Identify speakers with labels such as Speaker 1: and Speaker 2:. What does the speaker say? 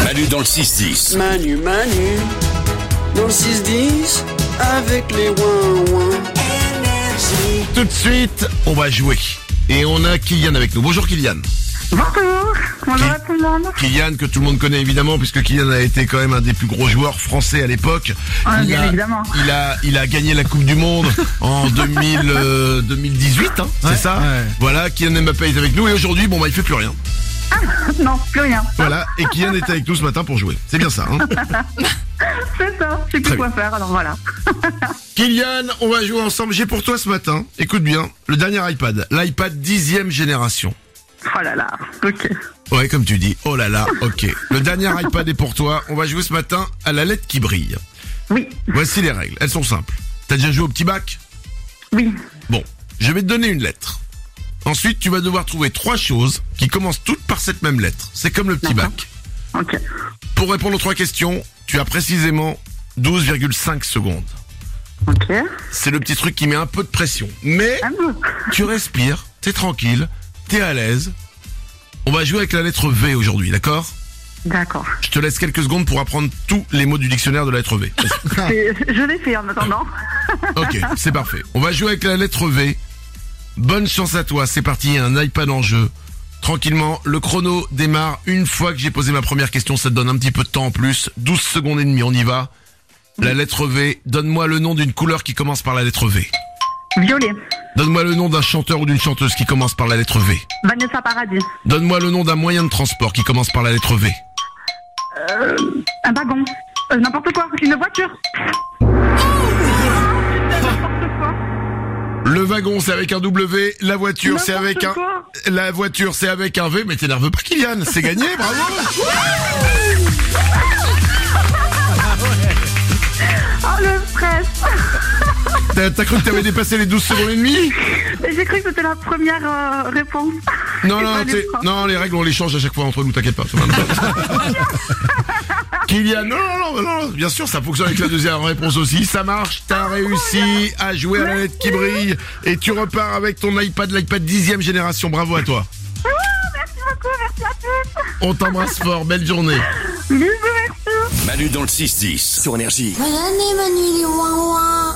Speaker 1: Manu dans le 6-10.
Speaker 2: Manu, Manu, dans le 6-10, avec les ouin-ouin.
Speaker 3: Tout de suite, on va jouer. Et on a Kylian avec nous. Bonjour Kylian.
Speaker 4: Bonjour, bonjour à tout le monde.
Speaker 3: Kylian que tout le monde connaît évidemment puisque Kylian a été quand même un des plus gros joueurs français à l'époque.
Speaker 4: Ah,
Speaker 3: il,
Speaker 4: bien
Speaker 3: a,
Speaker 4: évidemment.
Speaker 3: il a il a gagné la Coupe du Monde en 2000, euh, 2018, hein, c'est ça Voilà, Kylian Mbappé est avec nous et aujourd'hui, bon bah il fait plus
Speaker 4: Ah.
Speaker 3: rien.
Speaker 4: Non, plus rien.
Speaker 3: Voilà, et Kylian était avec nous ce matin pour jouer. C'est bien ça. Hein
Speaker 4: C'est ça, je
Speaker 3: Très
Speaker 4: sais plus quoi faire, alors voilà.
Speaker 3: Kylian, on va jouer ensemble. J'ai pour toi ce matin, écoute bien, le dernier iPad, l'iPad dixième génération.
Speaker 4: Oh là là, ok.
Speaker 3: Ouais, comme tu dis. Oh là là, ok. Le dernier iPad est pour toi. On va jouer ce matin à la lettre qui brille.
Speaker 4: Oui,
Speaker 3: Voici les règles. Elles sont simples. T'as déjà joué au petit bac
Speaker 4: oui,
Speaker 3: Bon, je vais te donner une lettre. Ensuite, tu vas devoir trouver trois choses qui commencent toutes par cette même lettre. C'est comme le petit bac.
Speaker 4: ok.
Speaker 3: Pour répondre aux trois questions, tu as précisément 12,5 secondes.
Speaker 4: Ok.
Speaker 3: C'est le petit truc qui met un peu de pression. Mais
Speaker 4: Ah bon
Speaker 3: tu respires, t'es tranquille, t'es à l'aise. On va jouer avec la lettre V aujourd'hui, d'accord
Speaker 4: D'accord.
Speaker 3: Je te laisse quelques secondes pour apprendre tous les mots du dictionnaire de la lettre V.
Speaker 4: Et Je l'ai fait en attendant.
Speaker 3: Ok, c'est parfait. On va jouer avec la lettre V. Bonne chance à toi, c'est parti, il y a un iPad en jeu. Tranquillement, le chrono démarre. Une fois que j'ai posé ma première question, ça te donne un petit peu de temps en plus. 12 secondes et demie, on y va. La lettre V, donne-moi le nom d'une couleur qui commence par la lettre V.
Speaker 4: Violet,
Speaker 3: Donne-moi le nom d'un chanteur ou d'une chanteuse qui commence par la lettre V.
Speaker 4: Vanessa Paradis,
Speaker 3: Donne-moi le nom d'un moyen de transport qui commence par la lettre V.
Speaker 4: un wagon, Euh, n'importe quoi, une voiture.
Speaker 3: Le wagon, c'est avec un W. La voiture, c'est
Speaker 4: N'importe
Speaker 3: avec un...
Speaker 4: quoi.
Speaker 3: La voiture, c'est avec un V. Mais t'énerve pas, Kylian. C'est gagné, bravo
Speaker 4: Oh le stress
Speaker 3: T'as t'as cru que t'avais dépassé les 12 secondes et demie
Speaker 4: Mais J'ai cru que c'était la première euh, réponse.
Speaker 3: Non, non,
Speaker 4: Et pas
Speaker 3: non,
Speaker 4: les
Speaker 3: t'es-
Speaker 4: trois.
Speaker 3: non, les règles, on les change à chaque fois entre nous, t'inquiète pas. ça va. Kylian, non, non, non, non, non, bien sûr, ça fonctionne avec la deuxième réponse aussi, ça marche, t'as
Speaker 4: Oh,
Speaker 3: réussi à jouer à la lettre qui brille, et tu repars avec ton iPad, l'iPad 10 génération, bravo à toi.
Speaker 4: Ah, Merci beaucoup, merci à tous.
Speaker 3: On t'embrasse fort, belle journée.
Speaker 4: Bisous, merci.
Speaker 1: Manu dans le 6-10.
Speaker 5: Voilà, Manu, il est ouin ouin.